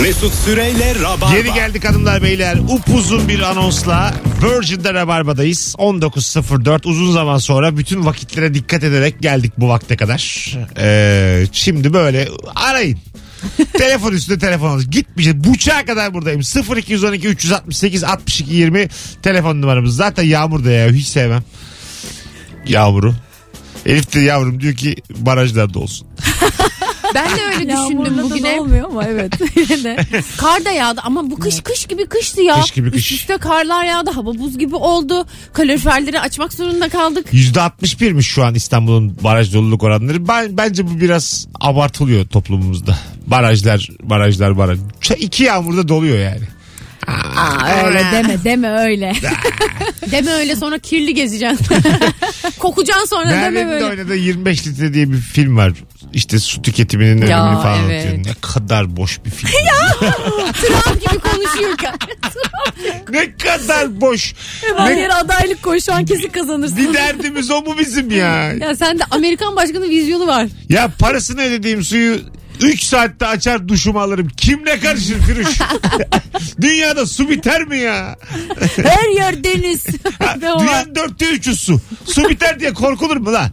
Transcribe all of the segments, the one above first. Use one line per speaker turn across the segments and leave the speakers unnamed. Mesut Süreyle Rabarba.
Geri geldik hanımlar beyler. Upuzun bir anonsla Virgin'de Rabarba'dayız. 19.04 uzun zaman sonra bütün vakitlere dikkat ederek geldik bu vakte kadar. Ee, şimdi böyle arayın. telefon üstüne telefon alın. Gitmeyeceğiz. Buçağa kadar buradayım. 0212 368 62 20 telefon numaramız. Zaten yağmur da ya. Hiç sevmem. Yağmuru. Elif de yavrum diyor ki barajlarda olsun.
Ben de öyle düşündüm
Yağmurla da
bugün.
ne
hep.
olmuyor ama evet. Yine de.
Kar da yağdı ama bu kış kış gibi kıştı ya.
Kış gibi kış.
Üst üste karlar yağdı. Hava buz gibi oldu. Kaloriferleri açmak zorunda kaldık.
%61'miş şu an İstanbul'un baraj doluluk oranları. Ben bence bu biraz abartılıyor toplumumuzda. Barajlar, barajlar, baraj. Ç- İki yağmurda doluyor yani.
Aa, öyle deme deme öyle.
Deme öyle sonra kirli gezeceksin. Kokacaksın sonra deme
Merve'nin de
böyle.
oynadığı 25 litre diye bir film var. İşte su tüketiminin önemini
Ya,
falan
evet.
anlatıyor. Ne kadar boş bir film.
Trump gibi konuşuyor.
ne kadar boş.
Her
ne,
yere adaylık koy şu an kesin kazanırsın.
bir derdimiz o mu bizim ya?
ya sen de Amerikan başkanı vizyonu var.
Ya parasını ödediğim suyu 3 saatte açar duşumu alırım. Kimle karışır Firuş? Dünyada su biter mi ya?
Her yer deniz. Ve o var.
Dünyanın dörtte üçü su. Su biter diye korkulur mu lan?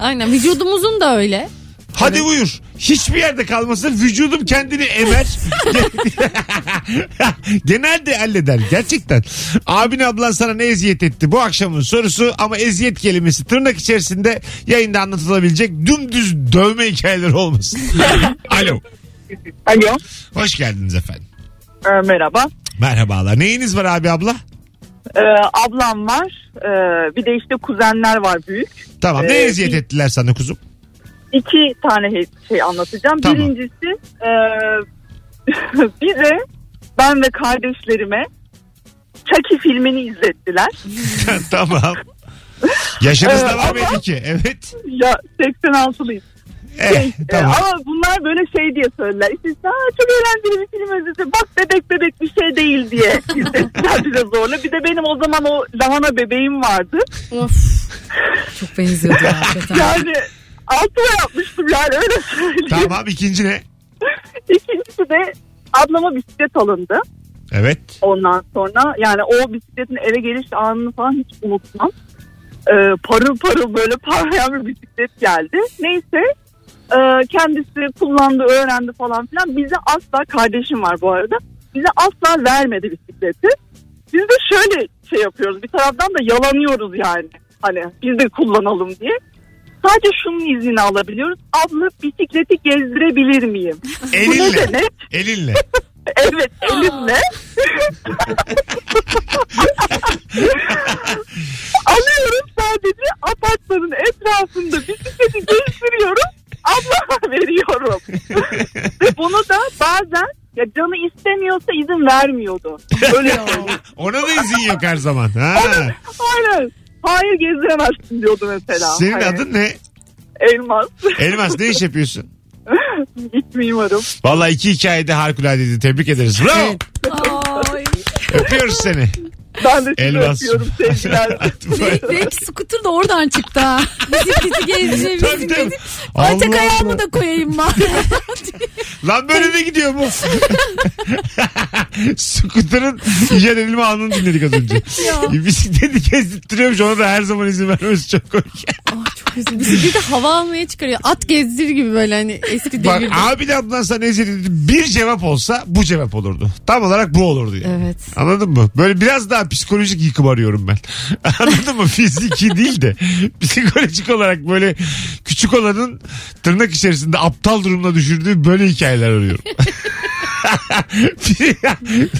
Aynen vücudumuzun da öyle.
Hadi buyur. Hiçbir yerde kalmasın. Vücudum kendini emer. Genelde halleder. Gerçekten. Abin ablan sana ne eziyet etti? Bu akşamın sorusu ama eziyet kelimesi tırnak içerisinde yayında anlatılabilecek dümdüz dövme hikayeleri olmasın. Alo.
Alo.
Hoş geldiniz efendim.
Ee, merhaba.
Merhabalar. Neyiniz var abi abla?
Ee, ablam var. Ee, bir de işte kuzenler var büyük.
Tamam. Ne
Ee,
eziyet
bir-
ettiler sana kuzum?
İki tane he- şey anlatacağım.
Tamam.
Birincisi e, bize ben ve kardeşlerime Chucky filmini izlettiler.
tamam. Yaşınız
Ee,
da var
ama-
belli ki. Evet.
Ya 86'lıyız.
Eh,
Ee,
tamam.
ama bunlar böyle şey diye söylediler. İşte "Aa, çok eğlenceli bir film özeti. Bak bebek bebek bir şey değil diye izlettiler bize zorla. Bir de benim o zaman o lahana bebeğim vardı.
Of.
Çok benziyordu ya, hakikaten.
Yani altıma yapmıştım yani öyle söyleyeyim.
Tamam ikinci ne?
İkincisi de ablama bisiklet alındı.
Evet.
Ondan sonra yani o bisikletin eve geliş anını falan hiç unutmam. Ee, parıl parıl böyle parlayan bir bisiklet geldi. Neyse e, kendisi kullandı öğrendi falan filan. Bize asla kardeşim var bu arada. Bize asla vermedi bisikleti. Biz de şöyle şey yapıyoruz bir taraftan da yalanıyoruz yani. Hani biz de kullanalım diye. Sadece şunun iznini alabiliyoruz. Abla bisikleti gezdirebilir miyim? Bu ne
Elinle.
demek?
Elinle.
Evet elimle. Alıyorum sadece apartmanın etrafında bisikleti gezdiriyorum. Ablama veriyorum. Ve bunu da bazen ya canı istemiyorsa izin vermiyordu. Öyle söyleyeyim.
Ona da izin yok her zaman. Ha.
Aynen. Hayır gezdiremezsin diyordu mesela.
Senin
Hani
adın ne?
Elmas.
Elmas ne iş yapıyorsun?
İç mimarım.
Vallahi iki hikayede harikuladeydi. Tebrik ederiz. Bravo.
Ay.
Öpüyoruz seni.
Ben de sizi
Elmas.
öpüyorum sevgiler.
Be- Belki skuter da oradan çıktı ha. Bisikleti gezeceğim.
Tabii tabii.
bisikleti. Artık
Allah
ayağımı da koyayım bari.
Allah. Lan böyle de gidiyor bu. Scooter'ın icat edilme anını dinledik az önce. Bisikleti gezdirtiyormuş ona da her zaman izin vermesi çok komik.
Çok üzüldüm. Bisikleti hava almaya çıkarıyor. At gezdir gibi böyle hani eski
Bak
devirde.
abi de ablan sana eziyet edildi. Bir cevap olsa bu cevap olurdu. Tam olarak bu olurdu yani.
Evet.
Anladın mı? Böyle biraz daha psikolojik yıkım arıyorum ben. Anladın mı? Fiziki değil de psikolojik olarak böyle küçük olanın tırnak içerisinde aptal durumuna düşürdüğü böyle hikayeler arıyorum.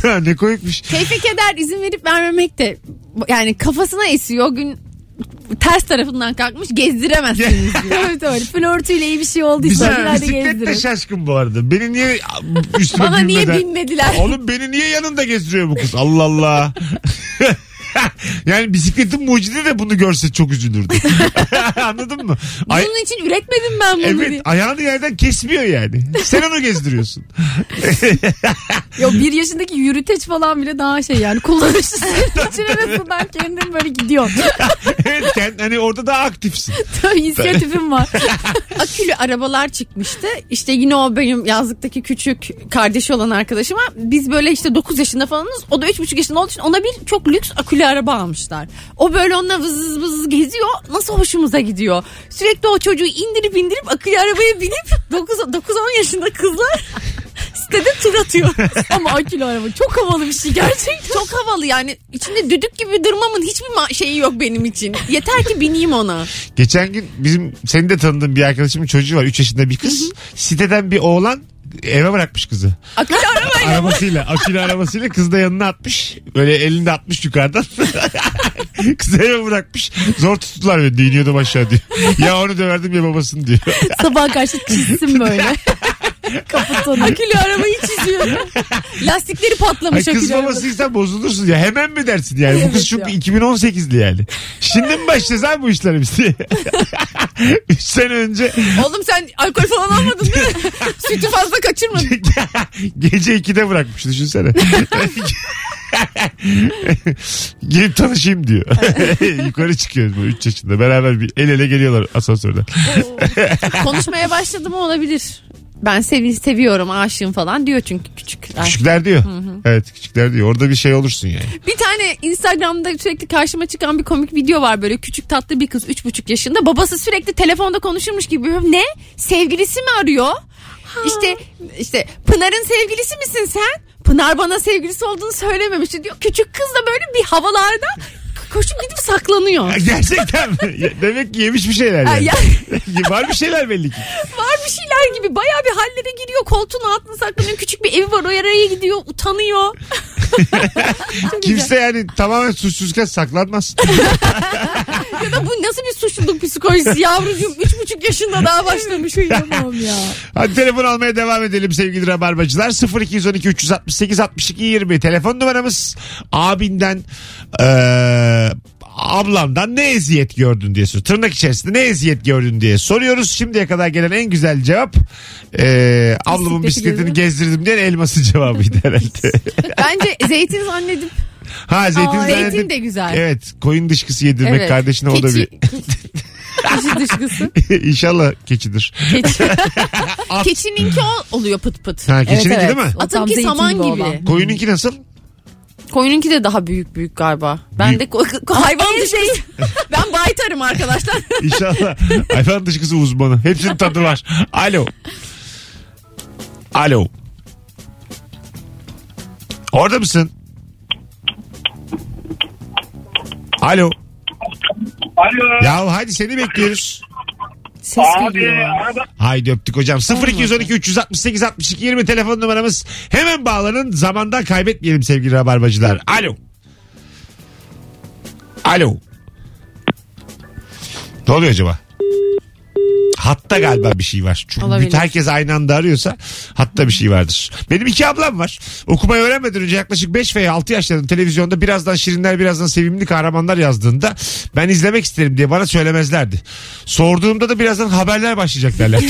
Ya ne koyukmuş.
Tevfik eder izin verip vermemek de yani kafasına esiyor o gün ters tarafından kalkmış gezdiremezsiniz diyor.
evet öyle. Flörtüyle iyi bir şey olduysa
Bize
herhalde
bisiklet de
gezdirir.
şaşkın bu arada. Beni niye üstüme
Bana niye
binmeden-
binmediler?
Oğlum beni niye yanında gezdiriyor bu kız? Allah Allah. yani bisikletin mucidi de bunu görse çok üzülürdü. Anladın mı? Ay,
Bunun için üretmedim ben bunu
evet
diye.
ayağını yerden kesmiyor yani. Sen onu gezdiriyorsun.
Ya bir yaşındaki yürüteç falan bile daha şey yani kullanışlı. Senin için en azından kendin böyle gidiyor.
evet kend- hani orada daha aktifsin.
Tabii inisiyatifim var.
akülü arabalar çıkmıştı. İşte yine o benim yazlıktaki küçük kardeşi olan arkadaşıma biz böyle işte 9 yaşında falanız. O da 3,5 yaşında olduğu için ona bir çok lüks akülü araba almışlar. O böyle onunla vızız vızız geziyor. Nasıl hoşumuza gidiyor. Sürekli o çocuğu indirip indirip akülü arabaya binip 9-10 yaşında kızlar sitede tur atıyor.
Ama akülü araba çok havalı bir şey gerçekten.
çok havalı yani içinde düdük gibi durmamın hiçbir ma- şeyi yok benim için. Yeter ki bineyim ona.
Geçen gün bizim seni de tanıdığım bir arkadaşımın çocuğu var. 3 yaşında bir kız. Siteden bir oğlan eve bırakmış kızı.
Akülü araba
Arabasıyla, akülü arabasıyla kız da yanına atmış. Böyle elinde atmış yukarıdan. Kızı eve bırakmış. Zor tuttular beni. Dinliyordum aşağı diyor. Ya onu döverdim ya babasını diyor.
Sabah karşı çizsin böyle. Kaputonu.
akülü arabayı çiziyor. Lastikleri
Ay
patlamış
kız
akülü araba.
babasıysan bozulursun ya. Hemen mi dersin yani? bu kız
Evet
çünkü
ya.
2018'li yani. Şimdi mi başlayacağız abi bu işlere biz diye. 3 sene önce
Oğlum sen alkol falan almadın değil mi? Sütü fazla kaçırmadın.
Gece 2'de bırakmış düşünsene. Gelip tanışayım diyor. Yukarı çıkıyoruz bu 3 yaşında. Beraber bir el ele geliyorlar asansörden.
Konuşmaya başladı mı olabilir. Ben sevi seviyorum aşığım falan diyor çünkü küçükler.
Küçükler diyor. Evet küçükler diyor. Orada bir şey olursun yani.
Bir tane Instagram'da sürekli karşıma çıkan bir komik video var böyle küçük tatlı bir kız 3,5 yaşında. Babası sürekli telefonda konuşurmuş gibi ne? Sevgilisi mi arıyor? İşte işte Pınar'ın sevgilisi misin sen? Pınar bana sevgilisi olduğunu söylememişti diyor. Küçük kız da böyle bir havalarda koşup gidip saklanıyor.
Gerçekten mi? Ya, Demek ki yemiş bir şeyler yani.
Ya-
Var bir şeyler belli ki.
var bir şeyler gibi. Bayağı bir hallere giriyor. Koltuğun altına saklanıyor. Küçük bir evi var. O araya gidiyor. Utanıyor.
Kimse yani tamamen suçsuzken saklanmaz.
Ya da bu nasıl bir suçluluk psikolojisi yavrucuğum. Üç buçuk yaşında daha başlamış.
Kıyamam ya.
Hadi telefon almaya devam edelim sevgili rabarbacılar. 0212 368 62 20 telefon numaramız. Abinden eee, ablamdan ne eziyet gördün diye soruyoruz. Tırnak içerisinde ne eziyet gördün diye soruyoruz. Şimdiye kadar gelen en güzel cevap eee ablamın
Bisikleti
bisikletini gezdirdim diyen elması cevabıydı herhalde.
Bence zeytin zannedip.
ha zeytin,
Aa, zeytin
zannedip-
de güzel.
Evet koyun dışkısı yedirmek
Evet.
kardeşine o da
Keçi-
bir
Keçi dışkısı.
İnşallah keçidir.
Keçi.
At.
Keçininki o oluyor pıt pıt.
Ha, keçininki
evet.
değil mi?
O tam
Atınki
zeytin
saman
gibi
gibi.
olan.
Koyununki nasıl?
Koyununki de daha büyük büyük galiba. Ben de ko- ko- hayvan dışkısı. ben baytarım arkadaşlar.
İnşallah. Hayvan dışkısı uzmanı. Hepsinin tadı var. Alo. Alo. Orada mısın? Alo.
Alo.
Ya hadi seni bekliyoruz.
Ses
Abi
geliyor.
arada
Haydi öptük hocam. 0212 368 62 20 telefon numaramız. Hemen bağlanın. Zamandan kaybetmeyelim sevgili rabarbacılar. Alo. Alo. Ne oluyor acaba? Hatta galiba bir şey var. Çünkü
Olabilir.
bütün herkes aynı anda arıyorsa hatta bir şey vardır. Benim iki ablam var. Okumayı öğrenmeden önce yaklaşık 5 veya 6 yaşlarında televizyonda birazdan şirinler birazdan sevimli kahramanlar yazdığında ben izlemek isterim diye bana söylemezlerdi. Sorduğumda da birazdan haberler başlayacak derler.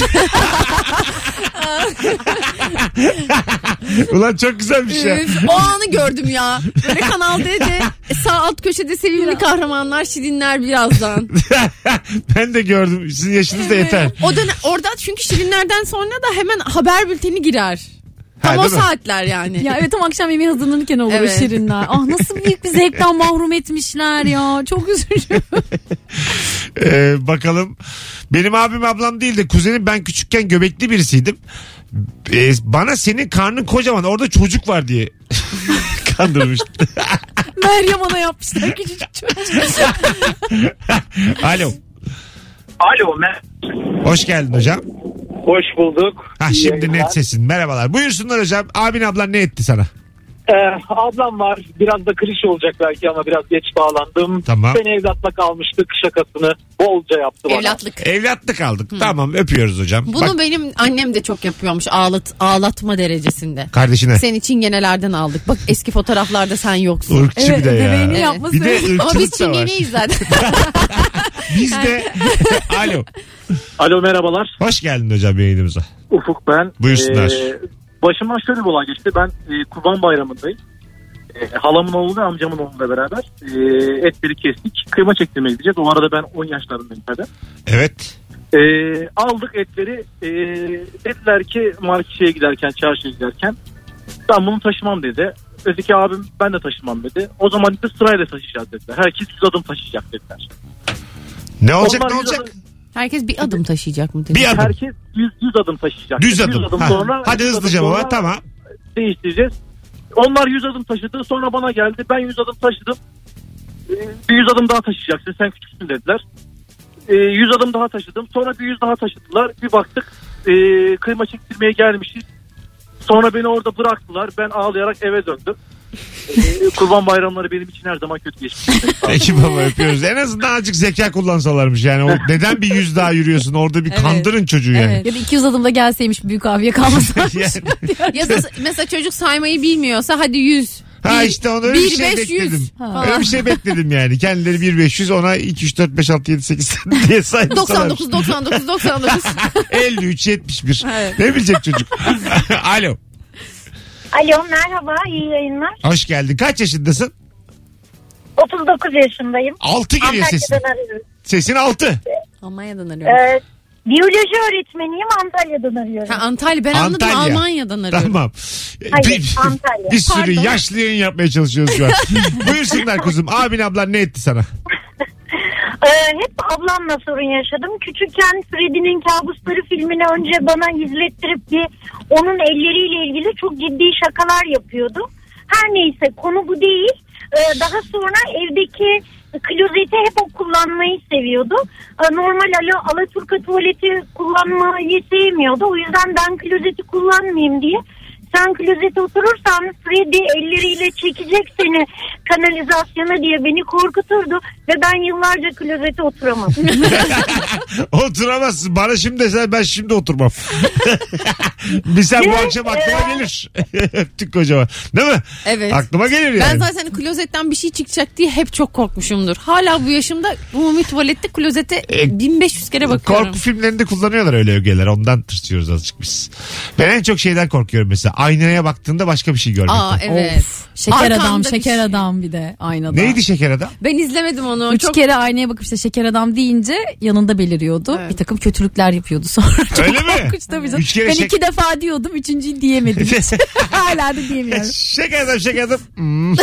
Ulan çok güzel bir şey.
Üf, o anı gördüm ya. Böyle Kanal D'de e, sağ alt köşede sevimli kahramanlar, şirinler birazdan.
ben de gördüm. Sizin yaşınız da yeter.
O dönem orada çünkü şirinlerden sonra da hemen haber bülteni girer. Tam
Ha,
o
değil mi?
saatler yani.
Ya evet tam akşam yemeği hazırlanırken olur
Evet.
o şirinler. Ah nasıl büyük bir zevkten mahrum etmişler ya. Çok üzücü.
Ee, bakalım. Benim abim ablam değil de kuzenim ben küçükken göbekli birisiydim. Ee, bana senin karnın kocaman orada çocuk var diye kandırmış.
Meryem ana yapmışlar küçücük çocuk.
Alo.
alo me-
Hoş geldin hocam.
hoş bulduk.
Ha
İyi
şimdi
yayınlar.
net sesin. Merhabalar. Buyursunlar hocam. Abin ablan ne etti sana?
Ee, ablam var biraz da klişe olacak belki ama biraz geç bağlandım.
Tamam.
Ben evlatla kalmıştık şakasını bolca yaptı bana.
Evlatlık.
Evlatlık aldık. Tamam öpüyoruz hocam.
Bunu
Bak
benim annem de çok yapıyormuş ağlat ağlatma derecesinde.
kardeşine.
Seni çingenelerden aldık. Bak eski fotoğraflarda sen yoksun.
Irkçı bir de ya.
bebeğini yapması.
Bir de
Ama biz
ırkçılık da var.
çingeneyiz zaten.
Biz de. Alo.
Alo merhabalar.
Hoş geldin hocam yayınımıza.
Ufuk ben.
Buyursunlar.
Ee, başımdan şöyle bir olay geçti. Ben e, Kurban Bayramı'ndayım.
E, halamın oğlu ve amcamın oğluyla beraber e, etleri kestik. Kıyma çektirmeye gideceğiz. O arada ben 10 yaşlarındayım zaten.
Evet.
E, aldık etleri. E, dediler ki marketçiye giderken, çarşıya giderken ben bunu taşımam dedi. Öteki abim ben de taşımam dedi. O zaman dedi sırayla taşıyacağız dediler. Herkes 100 adım taşıyacak dediler.
Ne olacak
Onlar
ne
yüz
olacak?
adım-
Herkes bir adım taşıyacak mı? dedi.
Bir adım.
Herkes 100, 100 adım taşıyacak.
Düz
100
adım. Ha. Hadi
100 adım
hızlıca
sonra-
baba tamam.
değiştireceğiz. Onlar 100 adım taşıdı. Sonra bana geldi. Ben 100 adım taşıdım. Ee, Bir 100 adım daha taşıyacaksın. Sen küçüksün dediler. Ee, 100 adım daha taşıdım. Sonra bir 100 daha taşıdılar. Bir baktık ee, kıyma çektirmeye gelmişiz. Sonra beni orada bıraktılar. Ben ağlayarak eve döndüm. Ee, Kurban bayramları benim için her zaman kötü geçmiş.
Peki baba öpüyoruz. En azından azıcık zeka kullansalarmış yani. O neden bir yüz daha yürüyorsun orada bir
Evet.
kandırın çocuğu yani.
Ya da 200 adımda gelseymiş büyük abiye kalmasaymış.
Yani-
Ya da mesela çocuk saymayı bilmiyorsa hadi 100.
ha
Bir-
işte onu öyle bir,
bir
şey
beş yüz
bekledim.
falan.
Öyle bir şey bekledim yani. Kendileri 1500 ona 2 3 4 5 6 7 8 diye saymışlar.
99 99 99.
53 71.
Evet.
Ne bilecek çocuk? Alo.
Alo merhaba iyi yayınlar.
Hoş geldin. Kaç yaşındasın?
39 yaşındayım.
6 geliyor sesin.
Antalya'dan arıyorum.
Sesin 6.
Almanya'dan arıyorum.
Ee, biyoloji öğretmeniyim Antalya'dan arıyorum.
Ha, Antalya ben anladım
Antalya.
Almanya'dan arıyorum.
Tamam.
Hayır,
bir,
Antalya.
bir sürü
Pardon.
yaşlı yayın yapmaya çalışıyoruz şu an. Buyursunlar kuzum. Abin ablan ne etti sana?
Ee, hep ablamla sorun yaşadım. Küçükken Freddy'nin kabusları filmini önce bana izlettirip bir onun elleriyle ilgili çok ciddi şakalar yapıyordu. Her neyse konu bu değil. Ee, daha sonra evdeki klozeti hep o kullanmayı seviyordu. Ee, normal ala, Alaturka tuvaleti kullanmayı sevmiyordu. O yüzden ben klozeti kullanmayayım diye sen klozete oturursan Freddy elleriyle çekecek seni kanalizasyona diye beni korkuturdu ve ben yıllarca klozete oturamadım.
Oturamazsın. Bana şimdi desen ben şimdi oturmam. bir sen bu
Yok,
akşam aklıma
e-
gelir. Öptük kocaman. Değil mi?
Ee? Evet.
Aklıma gelir yani.
Ben zaten klozetten bir şey çıkacak diye hep çok korkmuşumdur. Hala bu yaşımda umumi tuvalette klozete
E,
1500 kere bakıyorum.
Korku filmlerinde kullanıyorlar öyle ögeler. Ondan tırsıyoruz azıcık biz. Ben en çok şeyden korkuyorum mesela. Aynaya baktığında başka bir şey görmekten.
Aa evet.
şeker
Arkanda
adam,
bir
şeker
şey.
adam bir de aynada.
Neydi şeker adam?
Ben izlemedim onu.
Üç
çok
kere aynaya bakıp işte şeker adam deyince yanında beliriyordu.
Evet.
Bir takım kötülükler yapıyordu sonra. Çok
Öyle mi?
korkunç tabii canım.
Üç kere
ben
şek-
iki defa diyordum üçüncüyü diyemedim. Hala da diyemiyorum.
şeker adam şeker adam. Hmm.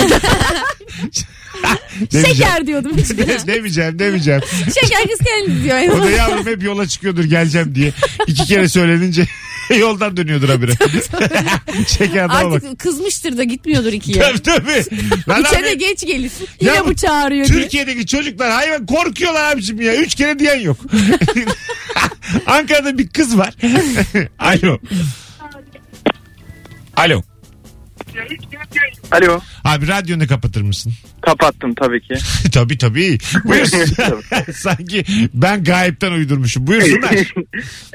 Demeyeceğim.
şeker diyordum. Hiç
demeyeceğim demeyeceğim.
şeker kız kendini diyor.
O da yavrum hep yola çıkıyordur geleceğim diye. İki kere söylenince yoldan dönüyordur habire. şeker adama bak.
artık kızmıştır da gitmiyordur ikiye.
Tabii tabii. Lan
İçeri
abi,
geç gelir.
Yine
Ya bu-
bu çağırıyor diye.
Türkiye'deki çocuklar hayvan korkuyorlar abicim ya. Üç kere diyen yok. Ankara'da bir kız var. Alo. Alo.
Alo.
Abi radyonu kapatır mısın?
Kapattım tabii ki.
tabii tabii. Buyursun. Sanki ben gayipten uydurmuşum. Buyursunlar.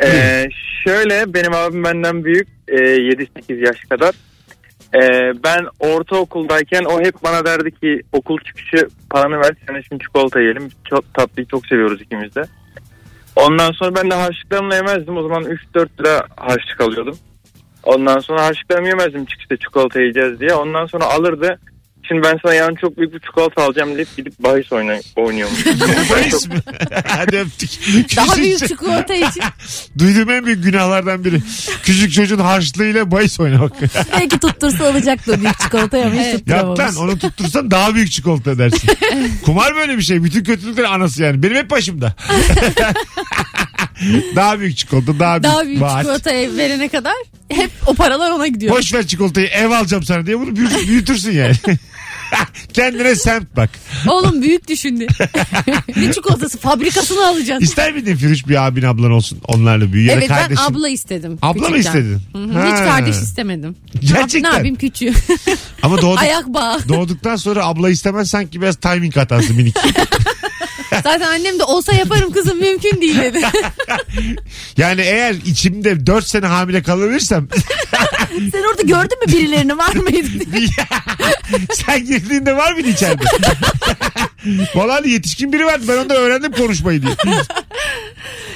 Ee, şöyle benim abim benden büyük e, 7-8 yaş kadar. Ee, ben ortaokuldayken o hep bana derdi ki okul çıkışı paranı ver sana şimdi çikolata yiyelim. Çok tatlıyı çok seviyoruz ikimiz de. Ondan sonra ben de harçlıklarımla yemezdim. O zaman 3-4 lira harçlık alıyordum. Ondan sonra harçlıklarımı yemezdim çıkışta çikolata yiyeceğiz diye. Ondan sonra alırdı. Şimdi ben sana yarın çok büyük bir çikolata alacağım deyip gidip bahis oynay- oynuyormuş. Ben çok-
Bahis mi? Hadi öptük.
Daha
Küçük-
büyük çikolata için.
Duyduğum en büyük günahlardan biri. Küçük çocuğun harçlığıyla bahis oynamak.
Belki tuttursa alacak da büyük çikolata yemiş
Yap
tutturamamış.
lan onu tuttursan daha büyük çikolata edersin. Kumar böyle bir şey. Bütün kötülükler anası yani. Benim hep başımda. daha büyük çikolata, daha büyük,
Daha büyük
vaat.
çikolataya verene kadar hep o paralar ona gidiyor.
Boş ver çikolatayı ev alacağım sana diye bunu büyü- büyütürsün yani. Kendine semt bak.
Oğlum büyük düşündü. ne çikolatası fabrikasını alacaksın.
İster miydin Firuş bir abin ablan olsun onlarla büyü ya da
evet
kardeşin?
ben abla istedim.
Abla mı
küçükken.
istedin?
Hı hı,
Ha.
Hiç kardeş istemedim.
Gerçekten.
Ne yapayım küçüğü.
Ama doğduk,
Ayak bağı.
doğduktan sonra abla istemen sanki biraz timing hatası minik.
Zaten annem de olsa yaparım kızım mümkün değil dedi.
Yani eğer içimde 4 sene hamile kalabilirsem
Sen orada gördün mü birilerini var mıydı? diye.
sen girdiğinde var mıydı içeride? hani Valla yetişkin biri vardı ben ondan öğrendim konuşmayı diye.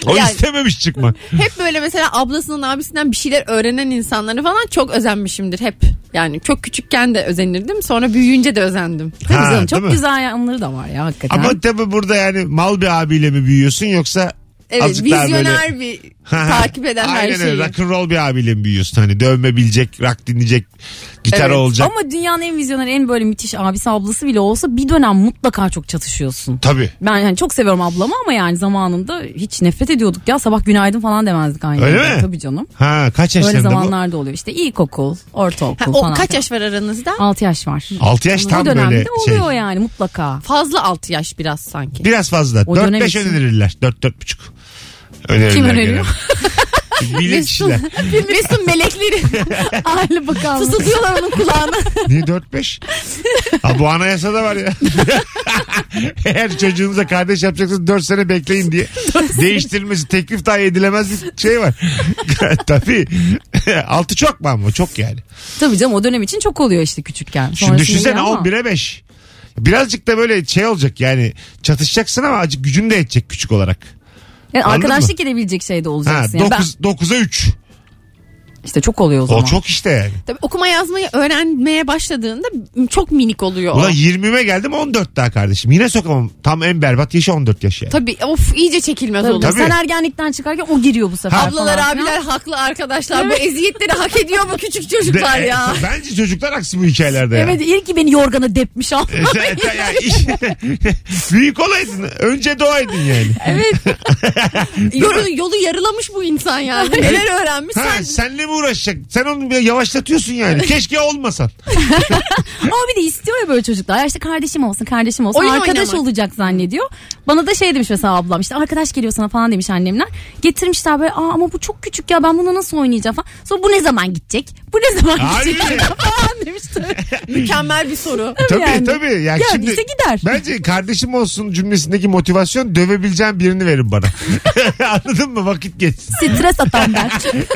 O
Yani-
istememiş çıkma.
Hep böyle mesela ablasının abisinden bir şeyler öğrenen insanları falan çok özenmişimdir hep. Yani çok küçükken de özenirdim sonra büyüyünce de özendim.
Tabii
Ha,
canım,
değil
çok
mi?
güzel yanları da var ya hakikaten.
Ama tabii burada yani mal bir abiyle mi büyüyorsun yoksa
Evet
azıcık daha böyle...
vizyoner bir takip eden her
Aynen
şeyi.
öyle rock'n'roll bir abiyle mi büyüyorsun? Hani dövme bilecek, rock dinleyecek, gitar
Evet,
olacak.
Ama dünyanın en vizyoneri en böyle müthiş abisi ablası bile olsa bir dönem mutlaka çok çatışıyorsun.
Tabii.
Ben yani çok seviyorum ablamı ama yani zamanında hiç nefret ediyorduk ya sabah günaydın falan demezdik aynı.
Öyle
anda.
mi?
Tabii canım.
Ha kaç
Öyle
yaşlarında bu?
zamanlarda oluyor işte ilkokul, ortaokul
Ha, o
falan.
kaç yaş var aranızda?
6 yaş var.
6 yaş
O
tam
dönemde
böyle şey.
oluyor yani mutlaka.
Fazla 6 yaş biraz sanki.
Biraz fazla.
O dönem
4-5
için.
önerirler. 4-4,5. Önerirler
Kim öneriyor?
genelde. Bilir kişiler.
Mesut melekleri
Aile bakanlığı.
fısıldıyorlar onun kulağına.
Niye 4-5? Ha, bu anayasada var ya. Eğer çocuğunuza kardeş yapacaksınız 4 sene bekleyin diye. Değiştirilmesi teklif dahi edilemez bir şey var. Tabii. 6 çok mu ama? Çok yani.
Tabii canım o dönem için çok oluyor işte küçükken.
Şimdi
Sonrasında
düşünsene
ama-
11'e 5. Birazcık da böyle şey olacak yani çatışacaksın ama azıcık gücün de edecek küçük olarak.
Yani
Anladın
arkadaşlık edebilecek şeyde
Ha,
olacaksın. yani. Ben-
9, 9'a 3.
işte çok oluyor o zaman.
O çok işte yani.
Tabii okuma yazmayı öğrenmeye başladığında çok minik oluyor. o.
Ulan 20'ime geldim 14 daha kardeşim. Yine sokamam. Tam en berbat yaşı 14 yaş yani.
Tabii of iyice çekilmez
Tabii.
olur.
Tabii.
Sen ergenlikten çıkarken o giriyor bu sefer.
Ablalar
falan.
abiler haklı arkadaşlar. Bu eziyetleri hak ediyor mu küçük
De-
çocuklar ya?
e, bence çocuklar aksi bu hikayelerde ya.
Evet iyi ki beni yorgana depmiş al.
Ya, ya, iş- Büyük olaydın. Önce doğaydın yani.
Yolu, yolu yarılamış bu insan yani. Neler öğrenmiş
Ha,
sen.
senle mi uğraşacak? Sen onu bir yavaşlatıyorsun yani. Keşke olmasan.
Ama bir de istiyor ya böyle çocuklar. Ya işte kardeşim olsun kardeşim olsun.
Oyun
arkadaş
oynamak.
olacak zannediyor. Bana da şey demiş mesela ablam işte arkadaş geliyor sana falan demiş annemler. Getirmişler böyle aa ama bu çok küçük ya ben bunu nasıl oynayacağım falan. Sonra bu ne zaman gidecek? Bu ne zaman
Harbi
gidecek?
mi?
falan demiş tabii.
Mükemmel bir soru.
Tabii
yani.
tabii. Yani şimdi
Geldiyse gider.
Bence kardeşim olsun cümlesindeki motivasyon dövebileceğim birini verin bana. Anladın mı? Vakit geçsin.
Stres atan ben.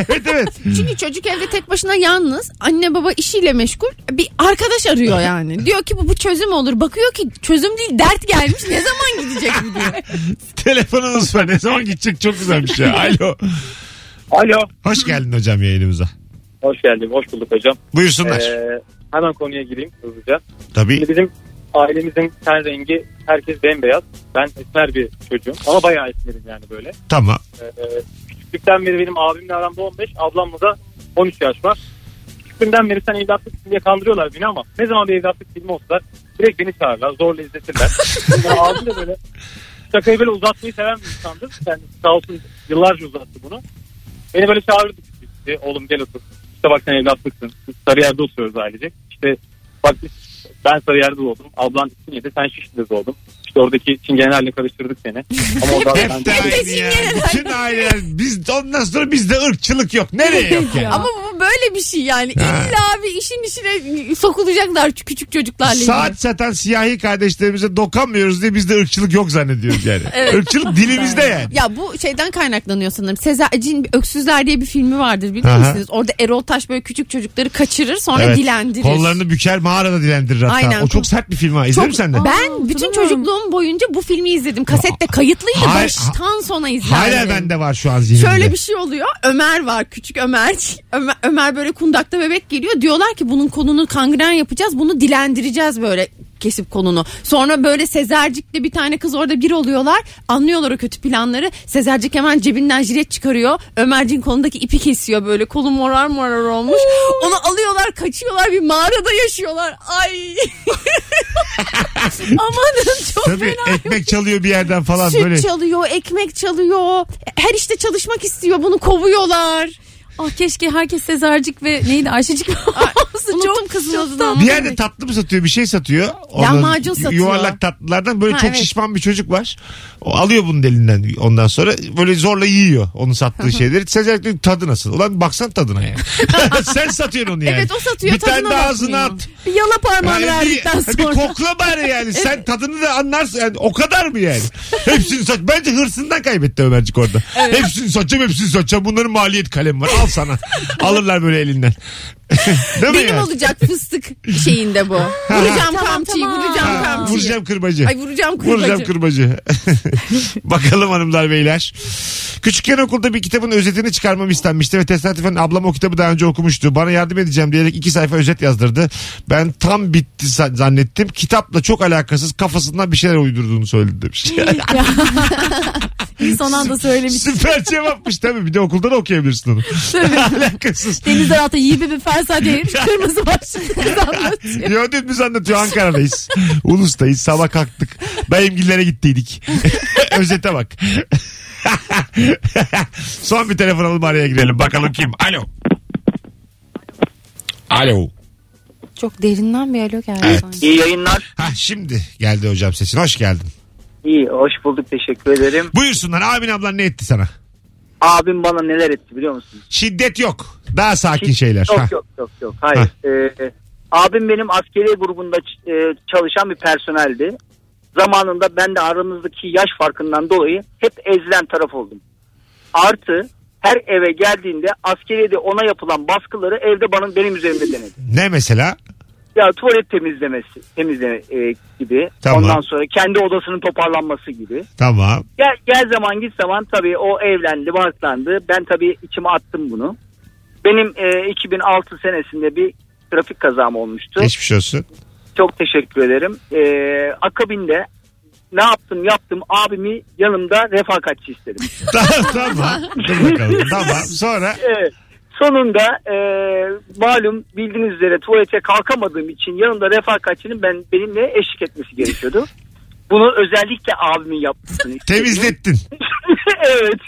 Evet evet.
Çünkü çocuk evde tek başına yalnız. Anne baba işiyle meşgul. Bir arkadaş arıyor yani. Diyor ki bu, bu çözüm olur. Bakıyor ki çözüm değil dert gelmiş. Ne zaman gidecek bu diyor.
Telefonunuz var. Ne zaman gidecek? Çok güzelmiş ya. Alo.
Alo.
Hoş geldin hocam yayınımıza.
Hoş geldim, hoş bulduk hocam.
Buyursunlar.
Ee, hemen konuya gireyim hızlıca.
tabii.
Şimdi bizim ailemizin ten rengi herkes bembeyaz. Ben esmer bir çocuğum ama bayağı esmerim yani böyle.
Tamam.
Ee, küçüklükten beri benim abimle aramda 15, ablamla da 13 yaş var. Küçüklüğümden beri sen evlatlık diye kandırıyorlar beni ama ne zaman bir evlatlık filmi olsalar direkt beni çağırırlar, zorla izletirler. yani abim de böyle şakayı böyle uzatmayı seven bir insandır. Yani sağ olsun yıllarca uzattı bunu. Beni böyle çağırırdı küçüklükte. Oğlum gel otur. İşte bak sen evlatlıksın. Biz Sarıyer'de oturuyoruz ailecek. İşte bak biz, ben Sarıyer'de doğdum. Ablan Çingene'de sen Şişli'de doğdun. İşte oradaki Çingenelerle karıştırdık seni. Ama o
Hep
zaman
de aynı ya. Bütün aileler. Biz, ondan sonra bizde ırkçılık yok. Nereye yok yani?
Ama bu böyle bir şey yani. İlla bir işin işine sokulacaklar şu küçük çocuklarla ilgili.
Saat satan siyahi kardeşlerimize dokanmıyoruz diye bizde ırkçılık yok zannediyoruz yani. Irkçılık dilimizde yani.
Ya bu şeyden kaynaklanıyor sanırım. Sezer'cin Öksüzler diye bir filmi vardır bilir
Aha.
misiniz? Orada Erol Taş böyle küçük çocukları kaçırır sonra
Evet.
dilendirir.
Kollarını büker mağarada dilendirir hatta.
Aynen.
O çok sert bir film ha. İzledin mi sen de?
Ben
Aa,
bütün
hatırlamıyorum.
çocukluğum boyunca bu filmi izledim. Kasette kayıtlıydı.
Hay-
Baştan sona izledim.
Hala bende var şu an zihnimde.
Şöyle bir şey oluyor. Ömer var küçük Ömer. Ömer. Ömer böyle kundakta bebek geliyor. Diyorlar ki bunun kolunu kangren yapacağız. Bunu dilendireceğiz böyle kesip kolunu. Sonra böyle Sezercik'le bir tane kız orada bir oluyorlar. Anlıyorlar o kötü planları. Sezercik hemen cebinden jilet çıkarıyor. Ömercin kolundaki ipi kesiyor böyle. Kolu morar morar olmuş. Onu alıyorlar kaçıyorlar bir mağarada yaşıyorlar. Ay. Amanın çok
Tabii ekmek çalıyor bir yerden falan
Süt
böyle.
çalıyor, ekmek çalıyor. Her işte çalışmak istiyor. Bunu kovuyorlar.
Ah keşke herkes Sezarcık ve neydi Ayşecik olsun.
Unuttum kızın adını ama.
Bir yerde tatlı mı satıyor bir şey satıyor.
Lahmacun satıyor.
Yuvarlak tatlılardan böyle
Ha,
çok
evet.
şişman bir çocuk var. O alıyor bunun elinden ondan sonra böyle zorla yiyor onu sattığı şeyleri. Sezer diyor tadı nasıl? Ulan baksan tadına yani. Sen satıyorsun onu yani.
Evet, o satıyor,
Bir tane
tadına
daha
bakmıyor.
ağzına at.
Bir yala parmağını
Yani bir,
verdikten
bir
sonra.
kokla bari yani. Sen tadını da anlarsın. Yani o kadar mı yani? Hepsini sat. Bence hırsından kaybetti Ömercik orada. Hepsini satacağım hepsini satacağım. Bunların maliyet kalemi var. Al sana. Alırlar böyle elinden. Değil mi
Benim
yani?
olacak fıstık şeyinde bu. Vuracağım
Tamam,
kamçıyı,
tamam.
vuracağım
Ha,
kamçıyı.
vuracağım kırbacı.
Ay vuracağım kırbacı.
Vuracağım kırbacı. Bakalım hanımlar beyler. Küçükken okulda bir kitabın özetini çıkarmam istenmişti ve tesadüfen ablam o kitabı daha önce okumuştu. Bana yardım edeceğim diyerek iki sayfa özet yazdırdı. Ben tam bitti sa- zannettim. Kitapla çok alakasız kafasından bir şeyler uydurduğunu söyledi demiş.
Son anda söylemiş.
Süper cevapmış tabii. Bir de okulda da okuyabilirsin onu. alakasız.
Denizler altı iyi bir fersah değilmiş. Kırmızı başlıklı anlatıyor.
Yönetimimiz anlatıyor Ankara'dayız. Ulus'tayız. Sabah kalktık. Bayimgillere gittiydik. Özete bak. Son bir telefon alalım araya girelim. Bakalım kim? Alo. Alo.
Çok derinden bir alo geldi
Evet.
sanki.
İyi yayınlar.
Ha şimdi geldi hocam sesin. Hoş geldin.
İyi, hoş bulduk. Teşekkür ederim.
Buyursunlar. Abin ablan ne etti sana?
Abim bana neler etti biliyor musun?
Şiddet yok. Daha sakin şeyler.
Yok
Ha.
yok yok yok. Hayır. Ee, abim benim askeri grubunda ç- e, çalışan bir personeldi. Zamanında ben de aramızdaki yaş farkından dolayı hep ezilen taraf oldum. Artı her eve geldiğinde askeriyede ona yapılan baskıları evde bana benim üzerimde denedi.
Ne mesela?
Ya tuvalet temizlemesi, temizleme e, gibi.
Tamam.
Ondan sonra kendi odasının toparlanması gibi.
Tamam.
Gel, gel zaman git zaman tabii o evlendi, barklandı. Ben tabii içime attım bunu. Benim e, 2006 senesinde bir trafik kazam olmuştu.
Geçmiş olsun.
Çok teşekkür ederim. E, akabinde ne yaptım yaptım abimi yanımda refakatçi istedim.
tamam. tamam. Dur bakalım. Tamam. Sonra
Evet. Sonunda e, malum bildiğiniz üzere tuvalete kalkamadığım için yanımda refakatçinin ben benimle eşlik etmesi gerekiyordu. Bunu özellikle abimin yapmasını istedim.
temizlettin.
evet.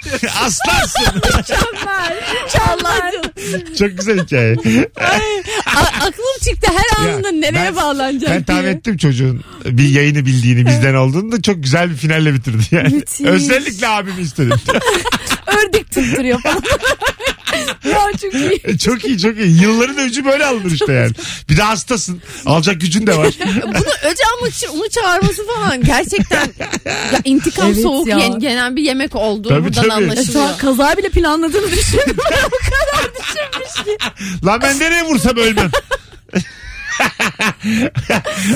Aslansın.
Allah'ım.
Çok güzel hikaye.
A- aklım çıktı her
Ya,
anında nereye
ben-
bağlanacak
Ben tahmin
diye.
ettim çocuğun bir yayını bildiğini bizden olduğunu da çok güzel bir finalle bitirdi yani.
Müthiş.
Özellikle abimi istedim.
Ördek tutturuyor falan. ya çok iyi.
çok iyi çok iyi. Yılların öcü böyle alınır işte yani. Bir de hastasın. Alacak gücün de var.
Bunu öc almak için onu çağırması falan gerçekten ya intikam
Evet
soğuk
ya. E,
yen- yenen bir yemek olduğu
Tabii,
buradan
tabii.
Şu
anlaşılıyor.
an kaza bile planladığını düşündüm.
Lan ben nereye vursam ölmem.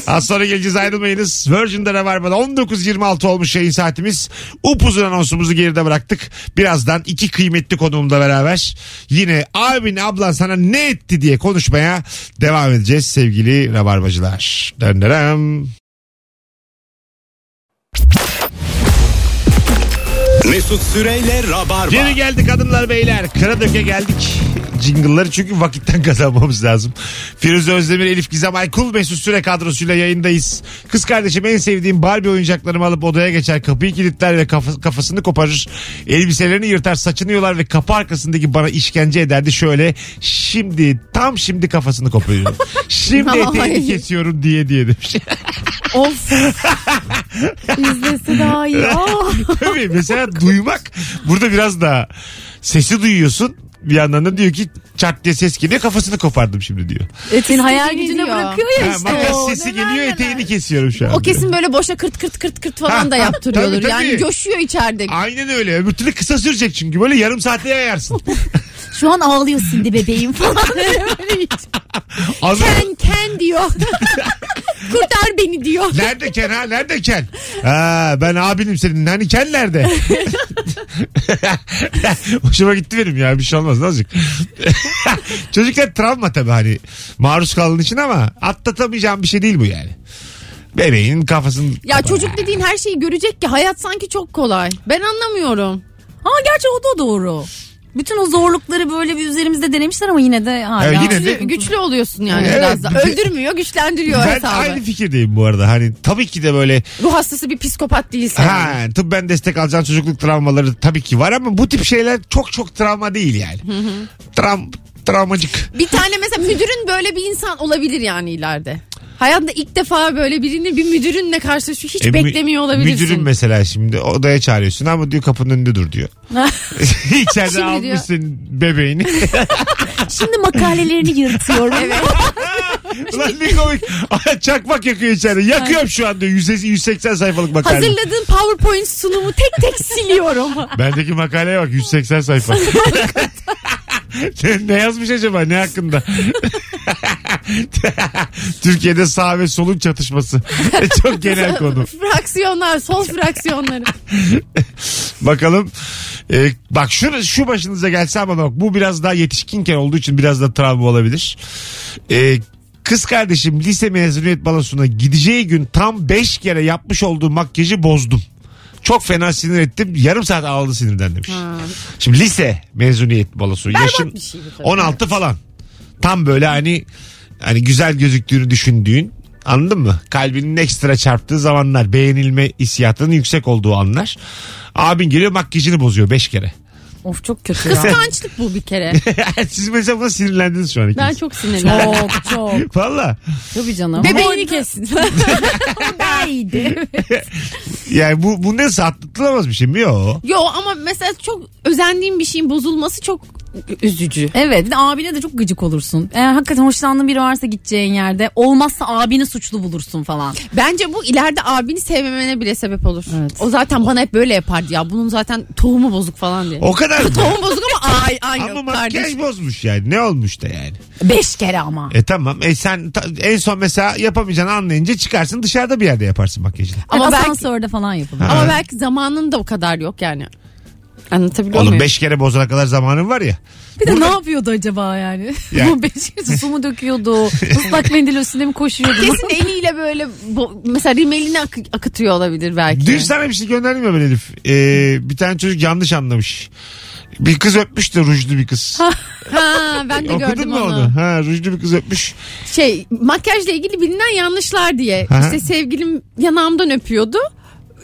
Az sonra geleceğiz ayrılmayınız. Virgin'de Rabarba'da 19.26 olmuş yayın saatimiz. Upuzun anonsumuzu geride bıraktık. Birazdan iki kıymetli konuğumla beraber yine abin ablan sana ne etti diye konuşmaya devam edeceğiz sevgili Rabarbacılar. Döndürem.
Mesut Süreyle Rabarba.
Geri geldik hanımlar beyler. Kıra döke geldik. Jingle'ları çünkü vakitten kazanmamız lazım. Firuze Özdemir, Elif Gizem Aykul Mesut Süre kadrosuyla yayındayız. Kız kardeşim en sevdiğim Barbie oyuncaklarımı alıp odaya geçer kapıyı kilitler ve kafa- kafasını koparır. Elbiselerini yırtar saçını yolar ve kapı arkasındaki bana işkence ederdi şöyle. Şimdi tam şimdi kafasını koparıyorum. şimdi eteğini
Ay.
kesiyorum diye diye demiş.
of. İzlese daha iyi. Aa.
Tabii mesela duymak burada biraz daha sesi duyuyorsun bir yandan da diyor ki çat diye ses geliyor kafasını kopardım şimdi diyor.
Senin hayal
istediğini
gücüne
diyor.
bırakıyor ya
Ha,
işte.
makas
o.
sesi geliyor eteğini kesiyorum şu an.
O
diyor.
kesin böyle boşa kırt kırt kırt kırt falan
Ha,
da
ha,
yaptırıyordur.
tabii, tabii.
Yani coşuyor içeride.
Aynen öyle öbür türlü kısa sürecek çünkü böyle yarım saate yayarsın.
Şu an ağlıyor Cindy bebeğim falan. Böyle hiç.
Anladın mı?
Ken Ken diyor. Kurtar beni diyor.
Nerede Ken ha? Nerede Ken? Ha, ben abinim senin. Hani Ken nerede? Hoşuma gitti benim ya. Bir şey olmaz azıcık. Çocuklar travma tabii hani. Maruz kaldığın için ama atlatamayacağım bir şey değil bu yani. Bebeğin kafasının...
Ya çocuk dediğin her şeyi görecek ki hayat sanki çok kolay. Ben anlamıyorum.
Ha gerçi o da doğru. Bütün o zorlukları böyle bir üzerimizde denemişler ama yine de hala.
Evet, yine de-
Güçlü, güçlü oluyorsun yani
Evet.
biraz da. Öldürmüyor, güçlendiriyor
Ben
hesabı.
aynı fikirdeyim bu arada. Hani tabii ki de böyle
Ruh hastası bir psikopat değilsin.
ha, tıbben destek alacağın çocukluk travmaları tabii ki var ama bu tip şeyler çok çok travma değil yani. Tram, travmacık.
Bir tane mesela müdürün böyle bir insan olabilir yani ileride. Hayatta ilk defa böyle birini bir müdürünle karşılaşıyor. Hiç
E, mü-
beklemiyor olabilirsin.
Müdürün mesela şimdi odaya çağırıyorsun ama diyor kapının önünde dur diyor. İçeride
Şimdi
almış
diyor.
senin bebeğini.
Şimdi makalelerini yırtıyorum. evet.
Ulan ne komik. Çakmak yakıyor içeride. Yakıyorum şu anda 180, 180 sayfalık makale.
Hazırladığın PowerPoint sunumu tek tek siliyorum.
Bendeki makaleye bak 180 sayfa. ne, ne yazmış acaba ne hakkında? Türkiye'de sağ ve solun çatışması. Çok genel konu.
Fraksiyonlar, sol fraksiyonları.
Bakalım. Ee, bak şu, şu başınıza gelse ama bak bu biraz daha yetişkinken olduğu için biraz da travma olabilir. Ee, kız kardeşim lise mezuniyet balosuna gideceği gün tam 5 kere yapmış olduğu makyajı bozdum. Çok fena sinir ettim. Yarım saat ağladı sinirden demiş. Şimdi lise mezuniyet balosu. Yaşın
bir şey bu tabii.
16 falan. Tam böyle hani hani güzel gözüktüğünü düşündüğün anladın mı? Kalbinin ekstra çarptığı zamanlar beğenilme hissiyatının yüksek olduğu anlar. Abin geliyor makyajını bozuyor 5 kere.
Of çok kötü ya.
Kıskançlık bu bir kere.
Siz mesela buna sinirlendiniz şu an
Ben
ikiniz.
çok sinirlendim.
çok çok.
Valla
Tabii canım.
Bebeğini kesin.
Daha iyiydi.
yani bu, bu ne atlatılamaz bir şey mi? Yok.
Yo ama mesela çok özendiğim bir şeyin bozulması çok üzücü.
evet bir de abine de çok gıcık olursun. Eğer hakikaten hoşlandığın biri varsa gideceğin yerde olmazsa abini suçlu bulursun falan.
Bence bu ileride abini sevmemene bile sebep olur.
Evet.
O zaten bana hep böyle yapardı ya. Bunun zaten tohumu bozuk falan diye.
O kadar mı?
Tohum bozuk ama ay ay
Ama
yok
makyaj
kardeşim.
bozmuş yani. Ne olmuş da yani?
Beş kere ama.
E tamam. E sen ta- en son mesela yapamayacağını anlayınca çıkarsın dışarıda bir yerde yaparsın makyajını.
Ama
Ama belki-
asansörde falan yapılır.
Ha.
Ama belki zamanın da o kadar yok yani. Anlatabiliyor
Oğlum
muyum?
5 kere bozana kadar zamanın var ya.
Bir de ne yapıyordu acaba yani?
Yani-
Bu beş kere su mu döküyordu? Islak mendil üstüne mi koşuyordu?
Kesin eliyle böyle bo- mesela rimelini akı- akıtıyor olabilir belki.
Dün sana bir şey gönderdim ya böyle Elif. Ee, bir tane çocuk yanlış anlamış. Bir kız öpmüş de rujlu bir kız.
Ha ben de
Okudun
gördüm
mu
onu.
onu? Ha, rujlu bir kız öpmüş.
Şey makyajla ilgili bilinen yanlışlar diye.
Aha.
İşte sevgilim yanağımdan öpüyordu.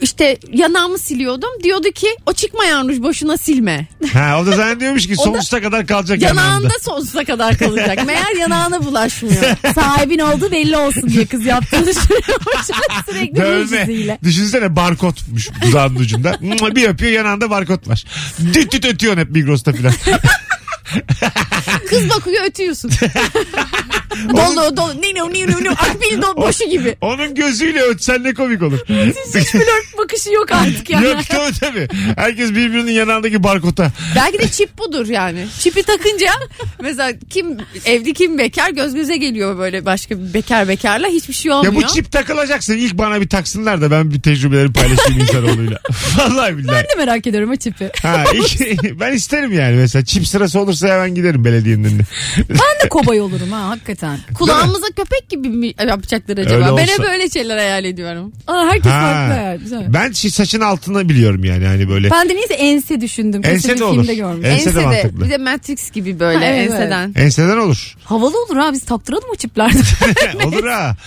İşte yanağımı siliyordum. Diyordu ki o çıkmayan ruj boşuna silme.
Ha, o da zannediyormuş ki
da-
sonsuza kadar kalacak yanağında.
Yanağında sonsuza kadar kalacak. Meğer yanağına bulaşmıyor.
Sahibin olduğu belli olsun diye kız yaptığını düşünüyormuş. Sürekli mucizeyle.
Dövme. Düşünsene barkodmuş dudağının ucunda. Mua, bir öpüyor yanağında barkod var. Düt düt ötüyorsun hep Migros'ta filan.
Kız bakıyor ötüyorsun. dolu dolu. Ne ne ne ne. Akbil dolu boşu gibi.
Onun gözüyle ötsen ne komik olur.
Flört bakışı yok artık yani.
Yok tabii tabii. Herkes birbirinin yanağındaki barkota.
Belki de çip budur yani. Çipi takınca mesela kim evli kim bekar göz göze geliyor böyle başka bir bekar bekarla hiçbir şey olmuyor.
Ya bu çip takılacaksa ilk bana bir taksınlar da ben bir tecrübeleri paylaşayım insanoğluyla. Vallahi billahi.
Ben de merak ediyorum o tipi.
Ha, ilk- ben isterim yani mesela çip sırası olursa hemen giderim belediyenin önüne.
Ben de kobay olurum ha hakikaten.
Kulağımıza köpek gibi mi yapacaklar acaba?
Öyle
ben
olsa-
hep böyle şeyler hayal ediyorum.
Aa, herkes
Ha.
farklı hayal. Güzel.
Ben şi- saçın altına biliyorum yani hani böyle.
Ben de neyse ense düşündüm.
Ense
Kesin bir
de olur.
filmde görmüştüm.
Ense de mantıklı.
bir de Matrix gibi böyle
Ha, evet.
enseden.
Enseden olur.
Havalı olur ha biz taktıralım o çiplerden.
olur ha.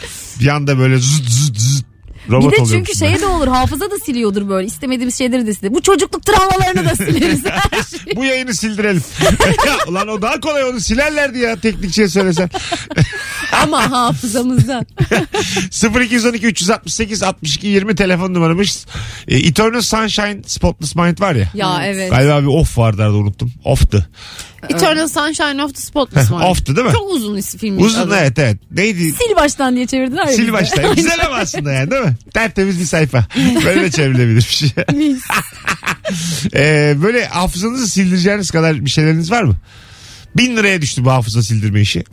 Bir anda böyle zıt zıt zıt.
bir
Robot
de
oluyorum
çünkü şey-
içinde.
şeye de olur hafıza da siliyordur böyle istemediğimiz şeyleri de siliyor. Bu çocukluk travmalarını da sileriz.
Bu yayını sildirelim. Ulan o daha kolay onu silerlerdi ya teknikçiye söylesen.
Ama hafızamızda.
0212 368 62 20 telefon numaramız. E, Eternal Sunshine Spotless Mind var ya.
ya evet.
Galiba bir off vardı arada unuttum. Off'tu.
Eternal Sunshine of the Spotless Mind.
Off'tu değil mi?
Çok uzun is- film.
Uzun evet evet. Neydi?
Sil baştan diye çevirdiler ya.
Sil başta. Güzel ama aslında yani değil mi? Tertemiz bir sayfa. Böyle de çevrilebilir bir şey. E, böyle hafızanızı sildireceğiniz kadar bir şeyleriniz var mı? Bin liraya düştü bu hafıza sildirme işi.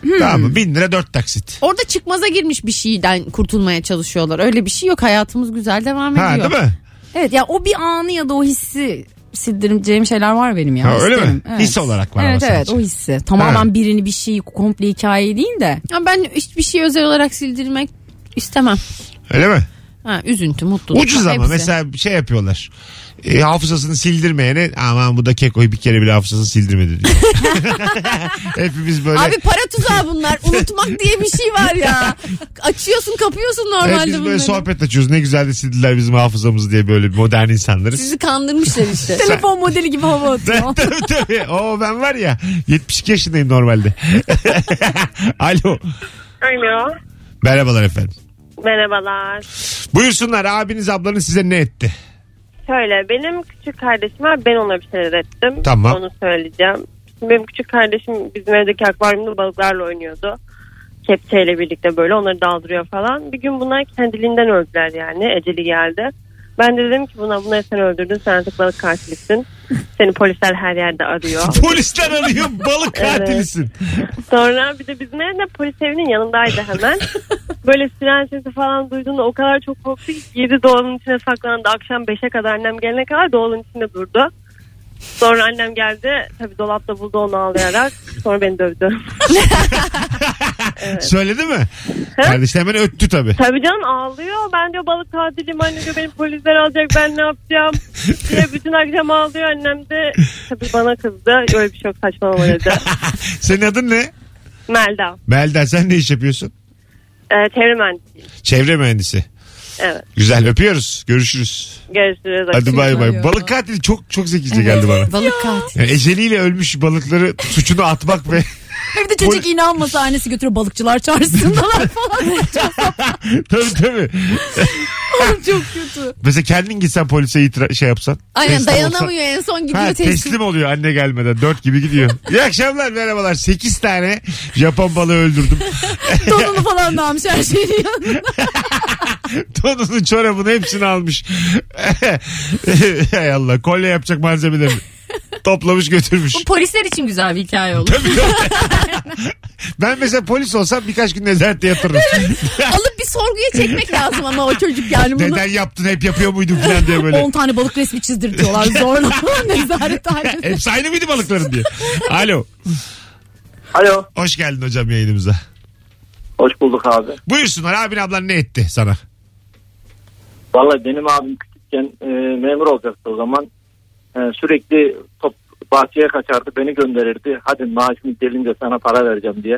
Hmm.
Tamam mı? Bin lira dört taksit.
Orada çıkmaza girmiş bir şeyden kurtulmaya çalışıyorlar. Öyle bir şey yok. Hayatımız güzel devam ediyor.
Ha değil mi?
Evet ya o bir anı ya da o hissi sildireceğim şeyler var benim ya.
Ha, öyle mi?
isterim.
His olarak var
Evet
ama
evet
sadece.
o hissi. Tamamen birini bir şeyi komple hikayeyi değil de.
Ya ben hiçbir şey özel olarak sildirmek istemem.
Öyle mi?
Ha, üzüntü, mutluluk.
Ucuz ama
hepsi.
mesela şey yapıyorlar. E, hafızasını sildirmeyene aman bu da kekoyu bir kere bile hafızasını sildirmedi diyor. Hepimiz böyle
Abi para tuzağı bunlar. Unutmak diye bir şey var ya. Açıyorsun kapıyorsun
hepimiz
normalde
böyle
bunları.
sohbet açıyoruz. Ne güzel de sildiler bizim hafızamızı diye böyle modern insanlarız.
Sizi kandırmışlar işte.
Telefon modeli gibi hava atıyor.
tabii tabii. Oo ben var ya 72 yaşındayım normalde. Alo.
Alo.
Merhabalar efendim.
Merhabalar.
Buyursunlar abiniz ablanız size ne etti?
Şöyle benim küçük kardeşim var. Ben ona bir şeyler ettim.
Tamam.
Onu söyleyeceğim. Şimdi benim küçük kardeşim bizim evdeki akvaryumda balıklarla oynuyordu. Kepçeyle birlikte böyle onları daldırıyor falan. Bir gün bunlar kendiliğinden öldüler yani. Eceli geldi. Ben de dedim ki buna bunları sen öldürdün sen artık balık katilisin. Seni polisler her yerde arıyor.
Polisler arıyor balık
Evet.
katilisin.
Sonra bir de bizim evde polis evinin yanındaydı hemen. Böyle siren sesi falan duyduğunda o kadar çok korktu ki yedi doğanın içine saklandı. Akşam 5'e kadar annem gelene kadar doğanın içinde durdu. Sonra annem geldi. Tabii dolapta buldu onu ağlayarak. Sonra beni dövdü.
Söyledi mi? Kardeş hemen öttü tabii.
Tabii canım ağlıyor. Ben diyor balık tatilim. Anne diyor beni polisler alacak ben ne yapacağım diye bütün akşam ağlıyor. Annem de tabii bana kızdı. Öyle bir şey yok saçmalama dedi.
Senin adın ne?
Melda.
Melda sen ne iş yapıyorsun?
Ee, çevre mühendisiyim.
Çevre mühendisi.
Evet.
Güzel öpüyoruz. Görüşürüz.
Görüşürüz.
Hadi bay bay.
Hoşçakalın.
Balık katili çok çok zekice geldi bana.
Balık katil.
Yani eceliyle ölmüş balıkları suçunu atmak ve
Hem de çocuk inanmasa annesi götürüp balıkçılar çağırsınlar falan.
tabii tabii.
Oğlum çok kötü.
Mesela kendin gitsen polise itira- şey yapsan.
Aynen
teslim
dayanamıyor
olsan-
en son gidiyor
Ha,
teslim.
teslim oluyor anne gelmeden. Dört gibi gidiyor. İyi akşamlar merhabalar. Sekiz tane Japon balığı öldürdüm.
Donunu falan da almış her şeyi yanına.
Tonunu çorabını hepsini almış. Hay Allah kolye yapacak malzemeleri. Toplamış götürmüş.
Bu polisler için güzel bir hikaye olur.
Ben mesela polis olsam birkaç gün nezarette yatırırım.
Alıp bir sorguya çekmek lazım ama o çocuk yani bunu.
Neden yaptın hep yapıyor muydun falan diye böyle.
10 tane balık resmi çizdirtiyorlar zorla. Nezaret halinde.
Hepsi aynı mıydı balıkların diye. Alo.
Alo.
Hoş geldin hocam yayınımıza.
Hoş bulduk abi.
Buyursunlar abin ablan ne etti sana?
Vallahi benim abim küçükken e, memur olacaktı o zaman. E, sürekli top bahçeye kaçardı beni gönderirdi. Hadi maaşını gelince sana para vereceğim diye.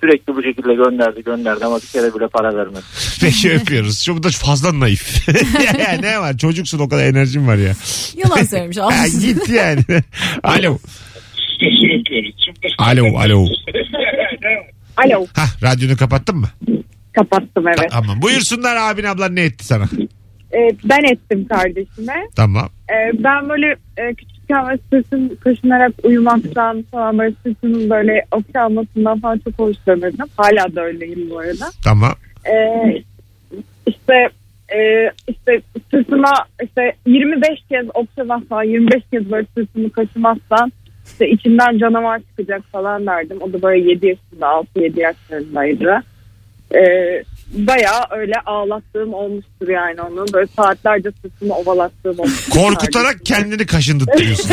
Sürekli bu şekilde gönderdi gönderdi ama bir kere bile para vermedi.
Peki öpüyoruz. Şu bu da fazla naif. ya, ne var çocuksun o kadar enerjin var ya.
Yalan söylemiş.
Ha,
Ağzı
git yani. alo. Alo alo.
Alo
Hah radyonu kapattın mı?
kapattım evet.
Tamam. Buyursunlar abin ablan ne etti sana?
Ee, ben ettim kardeşime.
Tamam.
Ee, ben böyle e, küçükken böyle sırtım kaşınarak uyumaktan falan böyle sırtımın böyle okşanmasından falan çok hoşlanırdım. Hala da öyleyim bu arada.
Tamam.
Ee, işte e, işte sırtıma işte 25 kez okşamazsan 25 kez böyle sırtımı kaşımazsan işte içimden canavar çıkacak falan derdim. O da böyle 7 yaşında 6-7 yaşlarındaydı. Ee, Baya öyle ağlattığım olmuştur yani onu. Böyle saatlerce sırtımı ovalattığım olmuştur.
Korkutarak kendini kaşındırtıyorsun.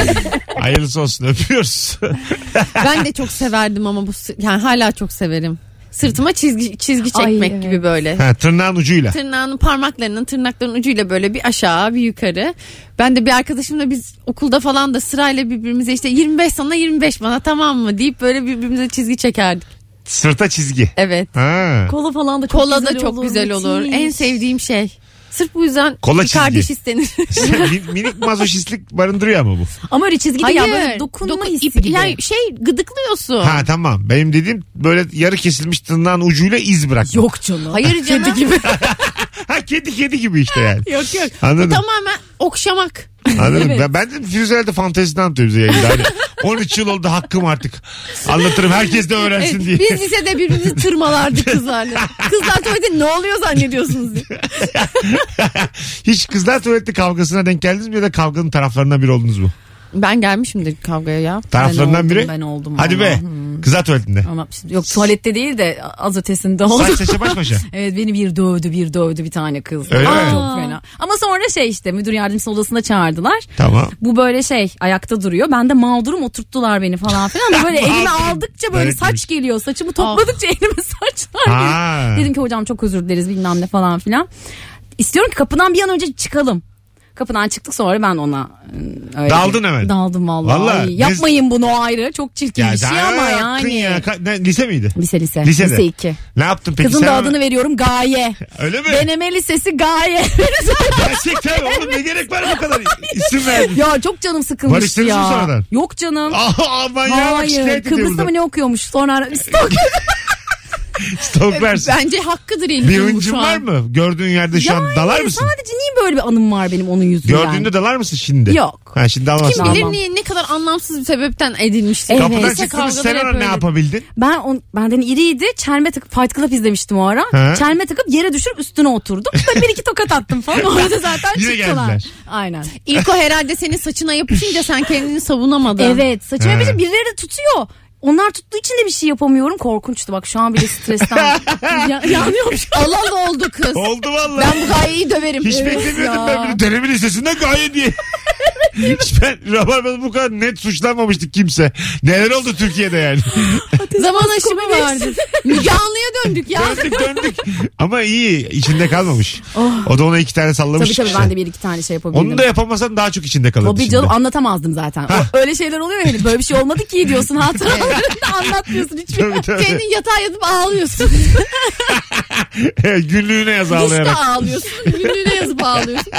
Hayırlısı olsun öpüyoruz.
Ben de çok severdim ama bu sı- yani hala çok severim. Sırtıma çizgi çizgi
Ay,
çekmek
evet.
gibi böyle.
ha, tırnağın ucuyla.
Tırnağının parmaklarının tırnaklarının ucuyla böyle bir aşağı bir yukarı. Ben de bir arkadaşımla biz okulda falan da sırayla birbirimize işte 25 sana 25 bana tamam mı deyip böyle birbirimize çizgi çekerdik.
Sırta çizgi.
Evet.
Ha.
Kola falan da çok
Kola
güzel
da çok
olur.
güzel olur.
müthiş.
En sevdiğim şey. Sırf bu yüzden
Kola
bir
çizgi.
kardeş istenir.
Min- Minik mazoşistlik barındırıyor ama bu.
Ama öyle çizgi değil ya böyle dokunma
Doku-
hissi
ip-
gibi.
yani şey gıdıklıyorsun.
Ha tamam. Benim dediğim böyle yarı kesilmiş tırnağın ucuyla iz bırak.
Yok canım.
Hayır canım.
Kedi gibi.
Ha kedi kedi gibi işte yani.
yok yok.
Anladım.
Tamamen okşamak.
Anladım. Ben, ben de Firuze herhalde fanteziden anlatıyor bize yayında. Hani 13 yıl oldu hakkım artık. Anlatırım herkes de öğrensin
Evet,
diye.
Biz lisede birbirimizi tırmalardık kızlarla. Kızlar tuvalete ne oluyor zannediyorsunuz diye.
Hiç kızlar tuvaleti kavgasına denk geldiniz mi ya da kavganın taraflarından biri oldunuz mu?
Ben gelmişimdir kavgaya ya.
Ben
Taraflarından
oldum, Hmm.
biri?
ben oldum
Hadi
valla.
be. Kızlar tuvaletinde.
Ama yok tuvalette değil de az ötesinde oldu.
Saç saça baş başa.
Evet beni bir dövdü bir dövdü bir tane kız.
Öyle
Ay,
mi?
Çok fena. Ama sonra şey işte müdür yardımcısı odasına çağırdılar.
Tamam.
Bu böyle şey ayakta duruyor. Ben de mağdurum oturttular beni falan filan. Da böyle elime
Mağdurum.
aldıkça böyle
Evet,
saç
demiş.
geliyor. Saçımı topladıkça elime saçlar
Ha.
geliyor. Dedim ki hocam çok özür dileriz bilmem ne falan filan. İstiyorum ki kapıdan bir an önce çıkalım. Kapıdan çıktık sonra ben ona ım, öyle
Daldın
bir-
hemen.
Daldım vallahi.
Vallahi.
Ay, Yapmayın bunu o ayrı. Çok çirkin bir şey
sen
ama
yaptın
yani.
ya. Ka- ne, lise miydi?
Lise lise.
Lisede.
Lise 2.
Ne yaptın peki?
Kızın
sen
da
hemen-
adını veriyorum Gaye.
Öyle mi?
Deneme lisesi Gaye.
Gerçekten oğlum ne gerek var bu kadar isim verdin.
ya çok canım sıkılmış
Barıştınız
ya.
mı sonradan?
Yok canım.
Aa, aman ya bak
Hayır.
şikayet ediyor
Kıbrıs'ta
burada.
mı ne okuyormuş? Sonra ara- Stok.
Stalklarsın.
Bence hakkıdır Elif'in
Bir
bu
hıncın
şu an.
var mı? Gördüğün yerde şu an
Yani
dalar mısın?
Sadece niye böyle bir anım var benim onun yüzünden?
Gördüğünde dalar mısın şimdi?
Yok.
Ha, şimdi
Kim
dalmazsın.
bilir niye ne kadar anlamsız bir sebepten edilmiştir.
Kapıdan
Neyse
çıktınız
kavgalar
sen
hep
ona ne
öyle.
yapabildin?
Ben on, benden iriydi. Çelme takıp Fight Club izlemiştim o ara.
He.
Çelme takıp yere düşürüp üstüne oturdum. Böyle bir iki tokat attım falan. Orada zaten
Yine
çıktılar.
geldiler.
Aynen.
İlko herhalde senin saçına yapışınca sen kendini savunamadın.
Evet saçıma
He.
yapınca birileri de tutuyor. Onlar tuttuğu için de bir şey yapamıyorum. Korkunçtu bak şu an bile stresten ya, yanıyormuş.
Alan oldu kız.
Oldu vallahi.
Ben bu gayeyi döverim.
Hiç
Evet
beklemiyordum
ya.
ben bunu. Dönemin lisesinde gayet iyi. Hiç ben Rabarba'da bu kadar net suçlanmamıştık kimse. Neler oldu Türkiye'de yani.
Zaman aşımı vardı. Müge Anlı'ya döndük ya.
döndük döndük. Ama iyi içinde kalmamış. O da ona iki tane
Tabii
sallamış.
Oh. tabii
işte.
ben de bir iki tane şey yapabildim.
Onu da yapamasan daha çok içinde kalır.
Tabii canım anlatamazdım zaten.
Hah.
O- Öyle şeyler oluyor ya hani böyle bir şey olmadı ki diyorsun hatıralarında anlatmıyorsun hiçbir.
Tabii tabii.
Kendin yatağa yatıp ağlıyorsun.
Günlüğüne yaz ağlayarak.
Duşta ağlıyorsun. Günlüğüne yazıp ağlıyorsun.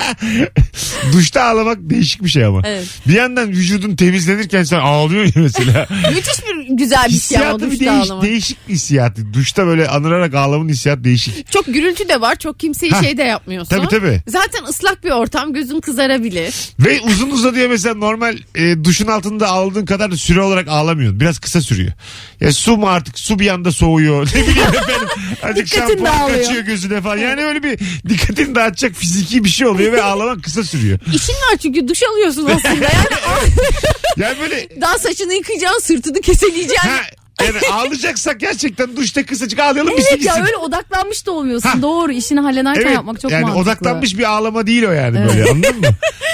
Duşta ağlamak değişik bir şey ama.
Evet.
Bir yandan vücudun temizlenirken sen ağlıyorsun ya
şey
mesela.
Müthiş bir güzel bir şey ama
Hissiyatı bir
duşta
değiş,
ağlamak.
değişik bir hissiyatı. Duşta böyle anırarak ağlamın hissiyatı değişik.
Çok gürültü de var. Çok kimseyi
Ha.
şey de yapmıyorsun.
Tabii tabii.
Zaten ıslak bir ortam. Gözün kızarabilir.
Ve uzun uzadıya mesela normal e, duşun altında aldığın kadar da süre olarak ağlamıyorsun. Biraz kısa sürüyor. Ya su mu artık su bir anda soğuyor. Ne bileyim efendim. Azıcık
Dikkatin
şampuan
dağılıyor.
kaçıyor gözüne falan. Yani öyle bir dikkatini dağıtacak fiziki bir şey oluyor ve ağlamak kısa sürüyor.
İşin var çünkü duş alıyorsun aslında. Yani
Yani böyle
daha saçını yıkayacaksın, sırtını keseleyeceksin.
ha, yani ağlayacaksak gerçekten duşta kısacık ağlayalım bir
Evet
gitsin.
ya öyle odaklanmış da olmuyorsun.
Hah.
Doğru işini hallederken
Evet,
yapmak çok
yani
mantıklı.
odaklanmış bir ağlama değil o yani böyle anladın mı?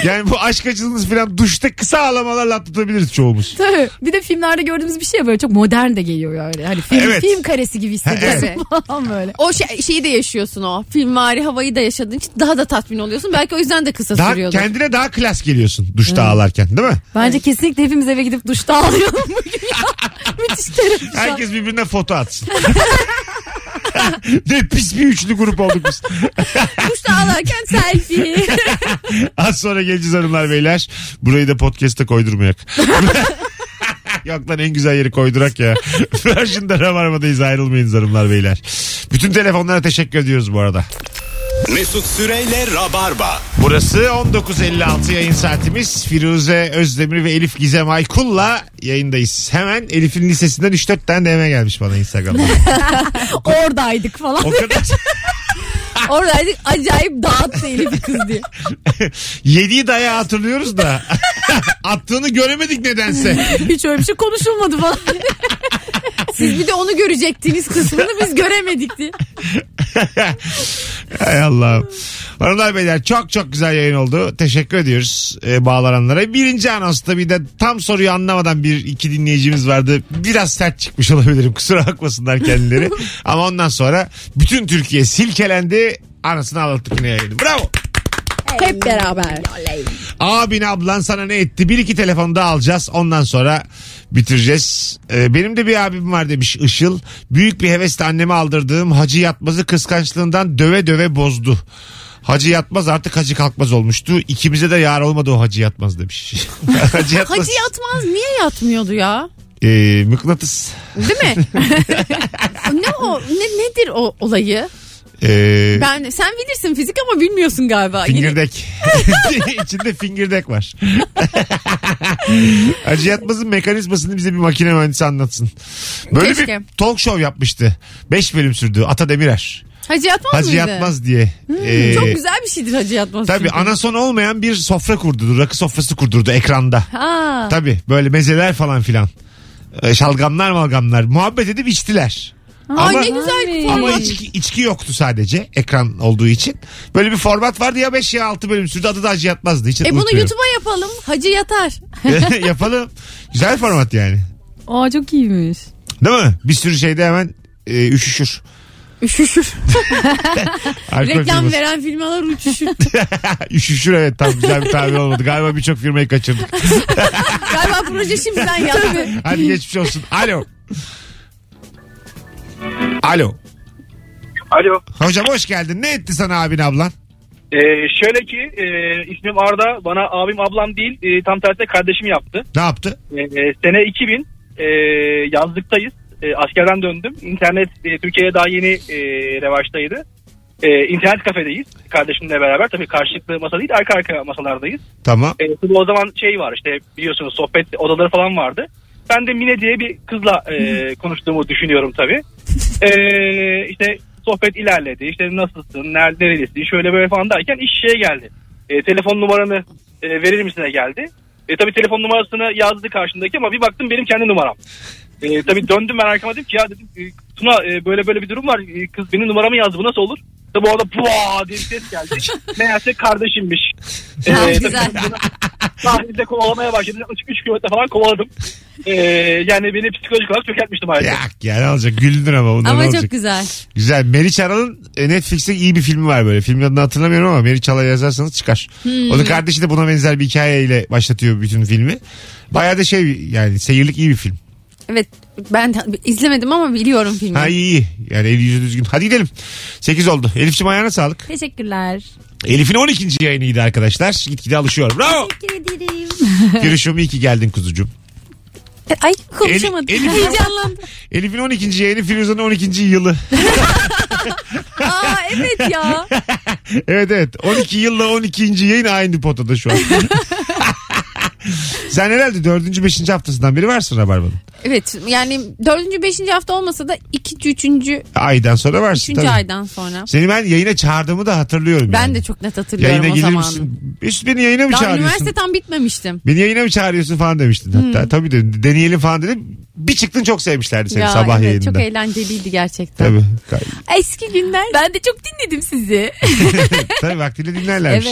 Yani bu aşk acısı falan duşta kısa ağlamalarla atlatabiliriz çoğumuz.
Tabii. Bir de filmlerde gördüğümüz bir şey böyle çok modern de geliyor yani. Hani film,
Evet.
film karesi gibi hissediyorsun
Ha,
falan böyle.
O şey, şeyi de yaşıyorsun o. Filmvari havayı da yaşadığın için daha da tatmin oluyorsun. Belki o yüzden de kısa
Daha
sürüyordu.
kendine daha klas geliyorsun duşta ağlarken değil mi?
Bence kesinlikle hepimiz eve gidip duşta ağlayalım bugün ya. Müthiş terapi şu an.
Herkes birbirine foto atsın. ne pis bir üçlü grup olduk biz.
Duşta ağlarken selfie.
Az sonra geleceğiz hanımlar beyler. Burayı da podcast'e koydurmayak. Yok lan en güzel yeri koydurak ya. Virgin'de Rabarba'dayız ayrılmayınız hanımlar beyler. Bütün telefonlara teşekkür ediyoruz bu arada.
Mesut Süreyle Rabarba.
Burası 19.56 yayın saatimiz. Firuze Özdemir ve Elif Gizem Aykul'la yayındayız. Hemen Elif'in lisesinden 3-4 tane DM gelmiş bana Instagram'da.
Oradaydık falan.
O kadar
Oradaydık acayip dağıttı Elif'i kız diye.
yediği dayağı hatırlıyoruz da attığını göremedik nedense.
Hiç öyle bir şey konuşulmadı falan.
Siz bir de onu görecektiniz kısmını biz göremedik diye.
Hay Allah'ım. Hanımlar beyler çok çok güzel yayın oldu. Teşekkür ediyoruz e, bağlananlara. Birinci anonsta bir de tam soruyu anlamadan bir iki dinleyicimiz vardı. Biraz sert çıkmış olabilirim. Kusura bakmasınlar kendileri. Ama ondan sonra bütün Türkiye silkelendi. Anasını ağlattık yine yayını. Bravo.
Hep beraber.
Abin ablan sana ne etti? Bir iki telefonu da alacağız. Ondan sonra bitireceğiz. Ee, benim de bir abim var demiş Işıl. Büyük bir hevesle anneme aldırdığım hacı yatmazı kıskançlığından döve döve bozdu. Hacı yatmaz artık hacı kalkmaz olmuştu. İkimize de yar olmadı o hacı yatmaz demiş. hacı yatmaz.
Hacı yatmaz niye yatmıyordu ya?
Ee, mıknatıs.
Değil mi? ne o? Ne, nedir o olayı?
Ee,
Ben sen bilirsin fizik ama bilmiyorsun galiba. Yine-
Fingirdek. İçinde fingirdek var. Hacı Yatmaz'ın mekanizmasını bize bir makine mühendisi anlatsın. Böyle
Keşke.
bir talk show yapmıştı. 5 bölüm sürdü. Ata Demirer.
Hacı yatmaz
Hacı
mıydı? Hmm,
Yatmaz diye. Ee,
Çok güzel bir şeydir hacı yatmaz.
Tabii
çünkü.
anason olmayan bir sofra kurdurdu. Rakı sofrası kurdurdu ekranda.
Ha.
Tabii böyle mezeler falan filan. Ee, şalgamlar malgamlar. Muhabbet edip içtiler.
Ay
Ama-
ne güzel.
ama
format. E,
içki, içki yoktu sadece ekran olduğu için. Böyle bir format vardı ya 5 ya 6 bölüm sürdü adı da Hacı Yatmaz'dı. Hiç
E bunu
unutmuyorum.
YouTube'a yapalım. Hacı yatar.
Yapalım. Güzel format yani.
Aa çok iyiymiş.
Değil mi? Bir sürü şeyde hemen e, üşüşür.
Üşüşür.
Alkol
Reklam
firması.
veren firmalar uçuşur.
Üşüşür evet tam güzel bir tabir olmadı. Galiba birçok firmayı kaçırdık.
Galiba proje şimdiden yattı.
Hadi geçmiş olsun. Alo. Alo.
Alo.
Hocam hoş geldin. Ne etti sana abin ablan?
Ee, şöyle ki e, ismim Arda bana abim ablam değil e, tam tersine kardeşim yaptı.
Ne yaptı?
Ee, sene 2000 e, yazlıktayız.
e, askerden döndüm. İnternet e, Türkiye'ye daha yeni e, revaçtaydı. E, internet kafedeyiz kardeşimle beraber. Tabii karşılıklı masa değil arka arka masalardayız.
Tamam.
E, tabii o zaman şey var işte biliyorsunuz sohbet odaları falan vardı. Ben de Mine diye bir kızla e, konuştuğumu düşünüyorum tabii. E, işte sohbet ilerledi. İşte nasılsın, nerede, nerelisin, şöyle böyle falan derken iş şeye geldi. E, telefon numaranı e, verir misine geldi. E, tabii telefon numarasını yazdı karşındaki ama bir baktım benim kendi numaram. E, tabii döndüm ben arkama dedim ki ya dedim e, Tuna e, böyle böyle bir durum var. E, kız benim numaramı yazdı bu nasıl olur? Tabii orada puaa diye bir ses geldi. Meğerse kardeşimmiş. E,
Ha,
tabii
güzel.
Sahilde kovalamaya başladım. 3 kilometre falan kovaladım. E, yani beni psikolojik olarak çökertmiştim hayatım.
Yani alacak güldün ama bundan
Ama
ne
çok
olacak?
güzel.
Güzel. Meriç Aral'ın e, Netflix'te iyi bir filmi var böyle. Filmin adını hatırlamıyorum ama Meriç Aral'a yazarsanız çıkar.
Hmm.
Onun kardeşi de buna benzer bir hikayeyle başlatıyor bütün filmi. Bayağı da şey yani seyirlik iyi bir film.
Evet ben izlemedim ama biliyorum filmi.
Ha iyi iyi. Yani eli yüzü düzgün. Hadi gidelim. 8 oldu. Elif'ciğim ayağına sağlık.
Teşekkürler.
Elif'in 12. yayınıydı arkadaşlar. Gitgide alışıyor. Bravo.
Teşekkür ederim.
Görüşüm iyi ki geldin kuzucuğum.
E, Ay konuşamadım.
Elif- Elif-
Heyecanlandım.
Elif'in 12. yayını Firuza'nın 12. yılı.
Aa evet ya.
evet evet. 12 yılla 12. yayın aynı potada şu an. Sen herhalde 4. 5. haftasından beri varsın Rabarba'nın.
Evet yani dördüncü beşinci hafta olmasa da ikinci üçüncü
Aydan sonra varsın
üçüncü
tabii.
aydan sonra.
Seni ben yayına çağırdığımı da hatırlıyorum.
Ben
yani.
de çok net hatırlıyorum
yayına
o
gelir
zamanı.
misin? Üst beni yayına mı
Daha
çağırıyorsun?
üniversite tam bitmemiştim.
Beni yayına mı çağırıyorsun falan demiştin hatta.
Hmm.
Tabii dedim deneyelim falan dedim. Bir çıktın çok sevmişlerdi seni
Ya
sabah
evet,
yayınında.
Çok eğlenceliydi gerçekten.
Tabii.
Eski günler. Ben de çok dinledim sizi.
Tabii vaktiyle dinlerlermiş.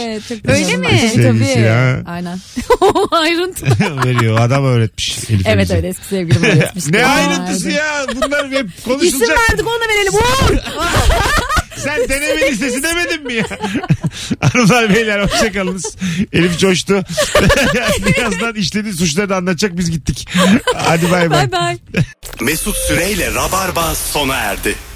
Öyle mi?
Sevgilisi ya.
Aynen. Ayrıntı.
Veriyor adam öğretmiş. Elif
evet
Elif'e.
öyle eski sevgilim öğretmişti.
ne
Aa,
ayrıntısı
evet.
ya bunlar hep
İsim
konuşulacak.
verdik onu da verelim. Uğur.
Sen deneme listesi demedin mi ya? Hanımlar beyler hoşçakalınız. Elif coştu. Birazdan işlediği suçları da anlatacak biz gittik. Hadi bay bay.
Mesut Süreyle Rabarba sona erdi.